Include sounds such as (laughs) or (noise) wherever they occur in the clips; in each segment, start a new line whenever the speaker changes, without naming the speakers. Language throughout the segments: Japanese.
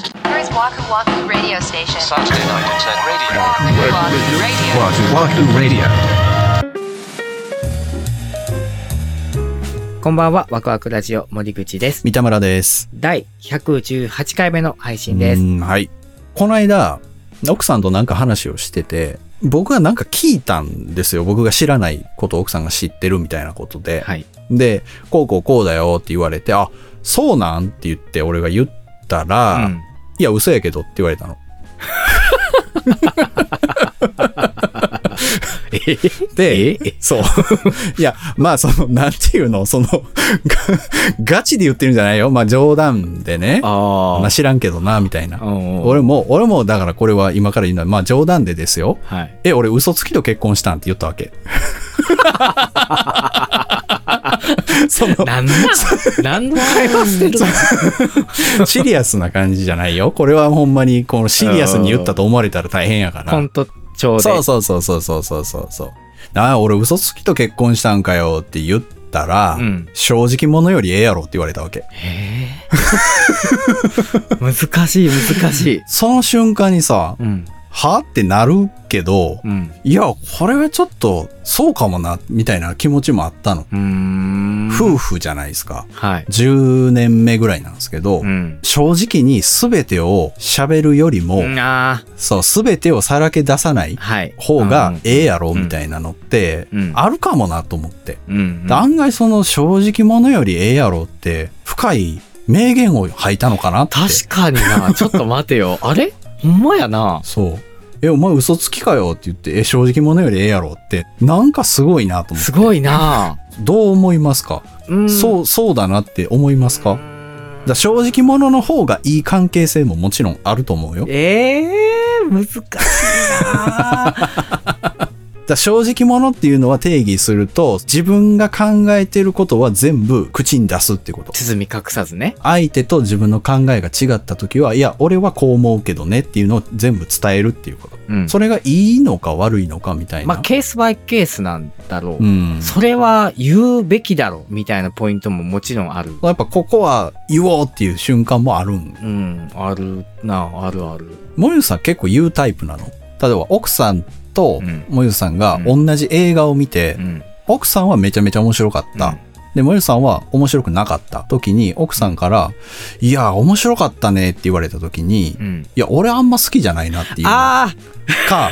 Waku Waku Radio Station.
Saturday night at 10 radio.
Waku Waku
Wahoo
Radio.
Wahoo Radio.
こんばんは、ワクワクラジオ森口です。
三田村です。
第118回目の配信で
う
す。
んはい。この間、奥さんとなんか話をしてて、僕がなんか聞いたんですよ。僕が知らないことを奥さんが知ってるみたいなことで。
はい。
で、こうこうこうだよって言われて、あ、そうなんって言って俺が言ったら、
うん
いや、嘘やけどって言われ
(laughs)
たの。で、そう。いや、まあ、その、なんていうの、その、がガチで言ってるんじゃないよ。まあ、冗談でね。ま
あ
あ、知らんけどな、みたいな
あ。。うん
俺も、俺も、だからこれは今から言うのは、まあ冗談でですよ。
はい。
え、俺嘘つきと結婚したんって言ったわ
(laughs)
け。その、
なん
(laughs)
だ何の会話してる
シリアスな感じじゃないよ。これはほんまに、このシリアスに言ったと思われたら大変やか
コ
ら
ン。ト調で。
そうそうそうそうそうそうそうそう。ああ、俺嘘つきと結婚したんかよって言ったら、
うん
正直者よりええやろって言われたわけ。
へー難しい、難しい。
その瞬間にさ、
うん。
はってなるけど、
うん。
いや、これはちょっと、そうかもな、みたいな気持ちもあったの。
うーん。
夫婦じゃないですか。
はい。
10年目ぐらいなんですけど、
うん。
正直に全てを喋るよりも、
あ
そう、全てをさらけ出さない
あ。はい。
方が
うん
ええやろ、みたいなのって
うん、
あるかもなと思って。
うん。
案外その正直者よりええやろって、深い名言を吐いたのかなって。
確かにな。ちょっと待てよ。あれほんまやな。
そう。え、お前嘘つきかよって言って、え、正直者よりええやろって、なんかすごいなと思っ
す
て。
ごいな。
どう思いますか
うん
そう、そうだなって思いますかだ正直者の方がいい関係性ももちろんあると思うよ。
ええ難しいなぁ
だ正直者っていうのは定義すると、自分が考えてることは全部口に出すってこと。
包み隠さずね。
相手と自分の考えが違った時は、いや、俺はこう思うけどねっていうのを全部伝えるっていうこと。
うん
それがいいのか悪いのかみたいな。
まあ、ケースバイケースなんだろう。
うん。
それは言うべきだろうみたいなポイントももちろんある。
やっぱここは言おうっていう瞬間もあるん
うん、あるなぁ、あるある。
もゆさん結構言うタイプなの例えば奥さんと
うん
もゆさんが
う
同じ映画を見て、
うん。
奥さんはめちゃめちゃ面白かった。
うん
で、もゆさんは面白くなかった時に、奥さんから、いや、面白かったねって言われた時に、
う
い
ん。
や、俺あんま好きじゃないなっていうの
あ
か、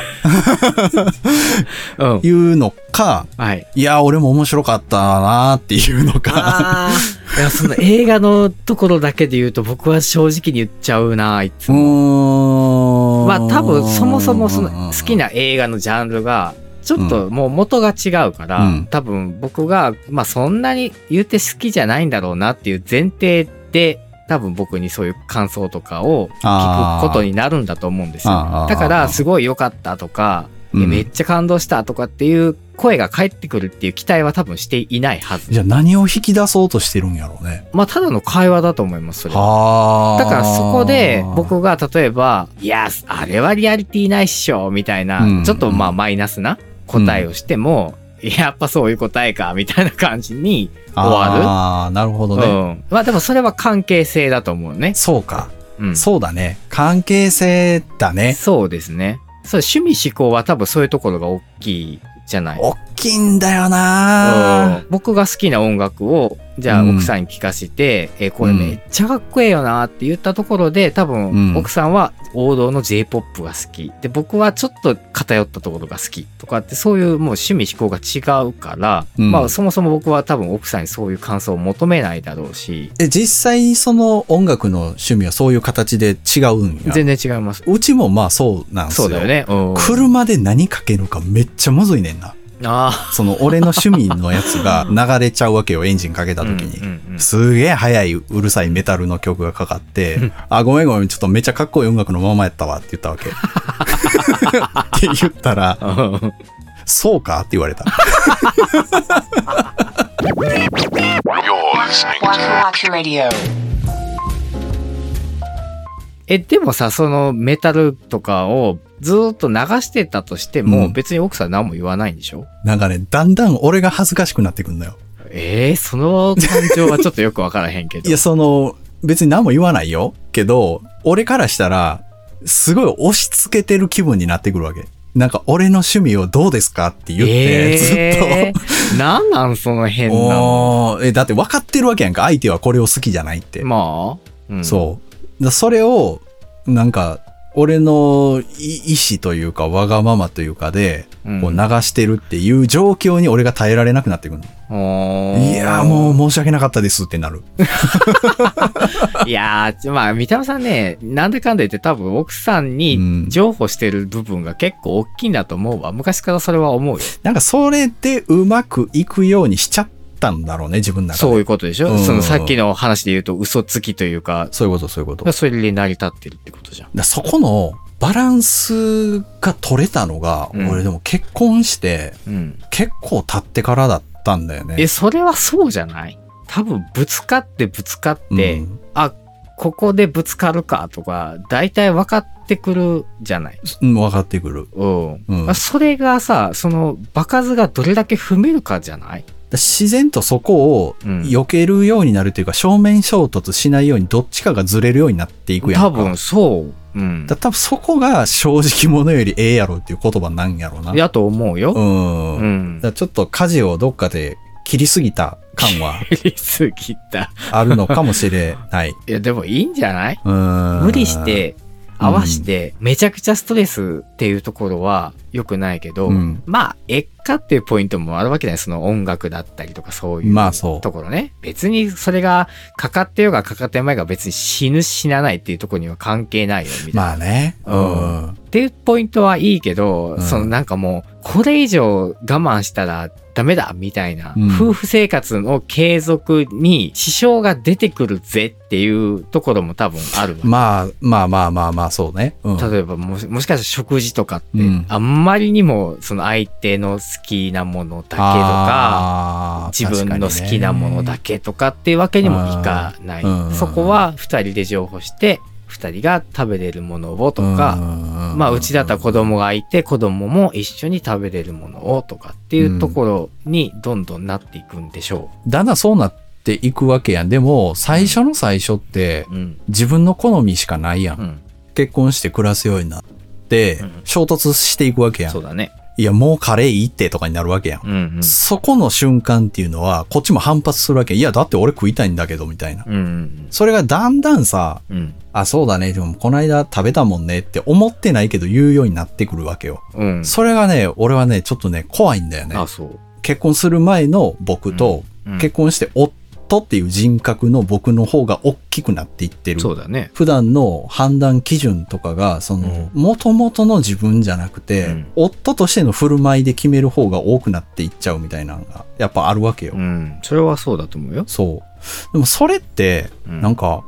あうん。
いうのか、
はい。
いや、俺も面白かったなっていうのか、
ああ。 (laughs) いや、その映画のところだけで言うと僕は正直に言っちゃうなぁ、いつ
う
も。
ーん。
まあ多分そもそもその好き
な、
な映画のジャンルがちょっともう元が違うから、
うん
多分僕がまあそんなに言って好きじゃないんだろうなっていう前提で多分僕にそういう感想とかを聞くことになるんだと思うんです
あ
よ。
ー
だからすごい良かったとか、
うん
めっちゃ感動したとかっていう声が返ってくるっていう期待は多分していないはず。
じゃあ何を引き出そうとしてるんやろうね。
まあただの会話だと思います、それは。
は
だからそこで僕が例えば「いやあれはリアリティないっしょ」みたいな、
うん
ちょっとまあマイナスな答えをしても、やっぱそういう答えかみたいな感じに、終わる
ああ、なるほ
う
どね。
ん、まあでもそれは関係性だと思うね、
そうか。
うん、
そうだね。関係性だね。
そうですねそう趣味思考は多分そういうところが大きいじゃない
おっきいんだよな
うん僕が好きな音楽をじゃあ
うん
奥さんに聴かせて、えこれ
うん
めっちゃかっこええよなって言ったところで多
う
分
ん
奥さんは王道の j p o p が好きで僕はちょっと偏ったところが好きとかってそういうもう趣味思考が違うから、
うん
まあそもそも僕は多分奥さんにそういう感想を求めないだろうし
え、実際にその音楽の趣味はそういう形で違うんや。
全然違います
うちもまあそうなんす
そ
よ。
うだよ。ね、うん、
車で何かけるかめっちゃむずいねんな。
あ
その俺の趣味のやつが流れちゃうわけよ、エンジンかけた
あ
時に。
うんうんうん
すげえ速いうるさいメタルの曲がかかって
うん、
あ、ごめんごめん、ちょっとめちゃかっこいい音楽のままやったわって言ったわけ。って言ったら、そうかって言われた。
You're listening
Waku
to
Waku Radio.
え、でもさ、そのメタルとかをずーっと流してたとしても、
うん
別に奥さん何も言わないんでしょ
なんかね、だんだん俺が恥ずかしくなってくんだよ。
えー、その感情はちょっとよくわからへんけど。
いや、その、別に何も言わないよ。けど、俺からしたら、すごい押し付けてる気分になってくるわけ。なんか、俺の趣味をどうですかって言って、
え
ずっ
ー、なんなんその変
と。
なの。
おーえ、だって分かってるわけやんか。相手はこれを好きじゃないって。
まあ、うん、
そう。だそれを、なんか、俺のい意志というか、わがままというかで、
うん
こう流してるっていう状況に俺が耐えられなくなってくる
う。お
の。いやーもう申し訳なかったですってなる。
いやー、まあ、三田さんね、なんだかんだ言って多分奥さん
うん
に譲歩してる部分が結構大きいんだと思うわ。昔からそれは思うよ。
なんかそれでうまくいくようにしちゃったんだろうね、自分の中で。
そういうことでしょ、
うん
そのさっきの話で言うと嘘つきというか、
そういうこと、そういうこと。だか
それで成り立ってるってことじゃん。
らそこのバランスが取れたのが、
うん
俺でも結婚して
うん。
結構経ってからだったんだよね。
え、それはそうじゃない多分ぶつかってぶつかって、
うん
あ、ここでぶつかるかとか、大体分かってくるじゃない
うん、分かってくる。
うん。
うん
まあそれがさ、その場数がどれだけ踏めるかじゃない
自然とそこを
うん
避けるようになるというか、正面衝突しないようにどっちかがずれるようになっていくやんか。
多分そう。うん。
だ多分そこが正直者よりええやろっていう言葉なんやろうな。
やと思う
う
よ。
ん。
う
だか
ん。 (laughs)
らちょっと舵をどっかで切りすぎた感は
やりすぎた。
あるのかもしれない。
いや、でもいいんじゃない
うん。
(laughs) 無理し、て、合わして、めちゃくちゃストレスっていうところは良くないけど、
うん。
まあ、えっかっていうポイントもあるわけじゃない。その音楽だったりとかそういう
まあそう
ところね。別にそれがかかってようがかかってまいが別に死ぬ死なないっていうところには関係ないよ、みたいな。
まあね。うん。
っていうポイントはいいけど、
うん
そのなんかもう、これ以上我慢したらダメだみたいな、
うん
夫婦生活の継続に支障が出てくるぜっていうところも多分あるわ。
まあまあまあまあまあ、そうね。うん。
例えばもし、もしかしたら食事とかって、
うん
あんまりにもその相手の好きなものだけとか、
あー
自分の好きなものだけとかっていうわけにもいかない。
うんうん
そこは二人で情報して、二人が食べれるものをとか、
か
まあうちだったら子供がいて、子供も一緒に食べれるものをとかっていうところにどんどんなっていくんでしょ
だんだんそうなっていくわけやん。でも、最初の最初って
う。、うん。
自分の好みしかないやん。
うん。
結婚して暮らすようになって、
うん
衝突していくわけやん
そう。だね。
いや、もうカレーいいってとかになるわけやん。
うん
そこの瞬間っていうのは、こっちも反発するわけ。いや、だって俺食いたいんだけど、みたいな。
うん。うんうん
それがだんだんさ、
うん。うん。
あ、そうだね、でもこの間食べたもんねって思ってないけど言うようになってくるわけよ。
うん。
それがね、俺はね、ちょっとね、怖いんだよね。
あ、そう。
結婚する前の僕と、
うん
結婚して夫っていう人格の僕の方が大きくなっていってる。
そうだね。
普段の判断基準とかが、その、元々の自分じゃなくて、
うん
夫としての振る舞いで決める方が多くなっていっちゃうみたいなのが、やっぱあるわけよ。
うん。それはそうだと思うよ。
そう。でもそれって、
うん
なんか、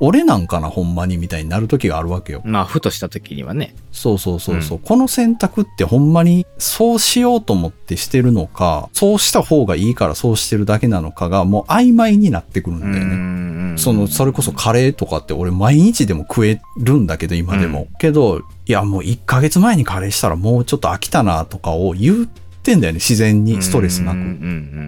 俺なんかな、ほんまに、みたいになる時があるわけよ。
まあ、ふとした時にはね。
そうそうそうそう、この選択ってほんまにそうしようと思ってしてるのか、そうした方がいいからそうしてるだけなのかがもう曖昧になってくるんだよね。
ん
その、それこそカレーとかって俺毎日でも食えるんだけど今でも。
う
けど、いやもう1ヶ月前にカレーしたらもうちょっと飽きたなとかを言ってんだよね、自然にストレスな
うんうんう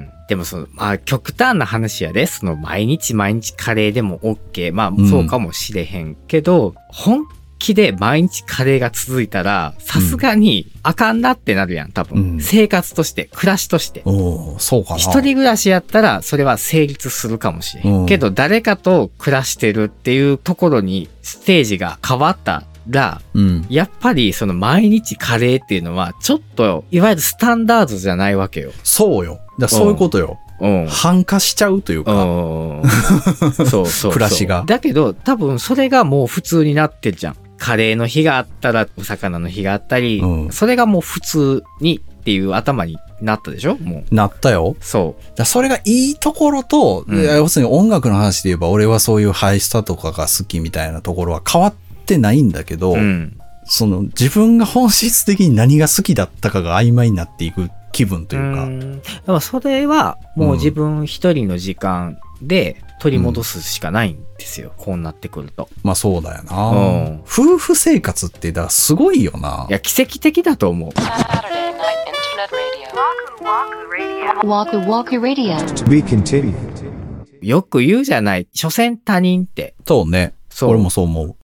く。
んでもその、まあ、極端な話やで、その、毎日毎日カレーでも OK。ま
ん
あ、そうかもしれへんけど、本気で毎日カレーが続いたら、さすがにあかんなってなるやん、多
う
分。
ん
生活として、暮らしとして。
おーそうかな。
一人暮らしやったら、それは成立するかもしれへん。
うん
けど、誰かと暮らしてるっていうところに、ステージが変わったら、
うん。
やっぱりその毎日カレーっていうのはちょっといわゆるスタンダードじゃないわけよ。
そうよ。だからそういうことよ。
うん。
反化しちゃうというか。
うん。そうそう。
暮らしが
だけど多分それがもう普通になってるじゃん。カレーの日があったらお魚の日があったり、
うん
それがもう普通にっていう頭になったでしょもう。
なったよ。
そ
だからそれがいいところと、
うん
要するに音楽の話で言えば俺はそういうハイスタとかが好きみたいなところは変わってないんだけど、
う。うん。
その自分が本質的に何が好きだったかが曖昧になっていく気分というか、
ん。だからそれはもう自分一人の時間で取り戻すしかないんですよ。こうなってくると。
まあそうだよな、
うん
夫婦生活ってだからすごいよない
や、奇跡的だと思う。
Saturday night internet radio. Waku Waku Radio.
We continue.
よく言うじゃない。所詮他人って。
そうね
そう
俺もそう思う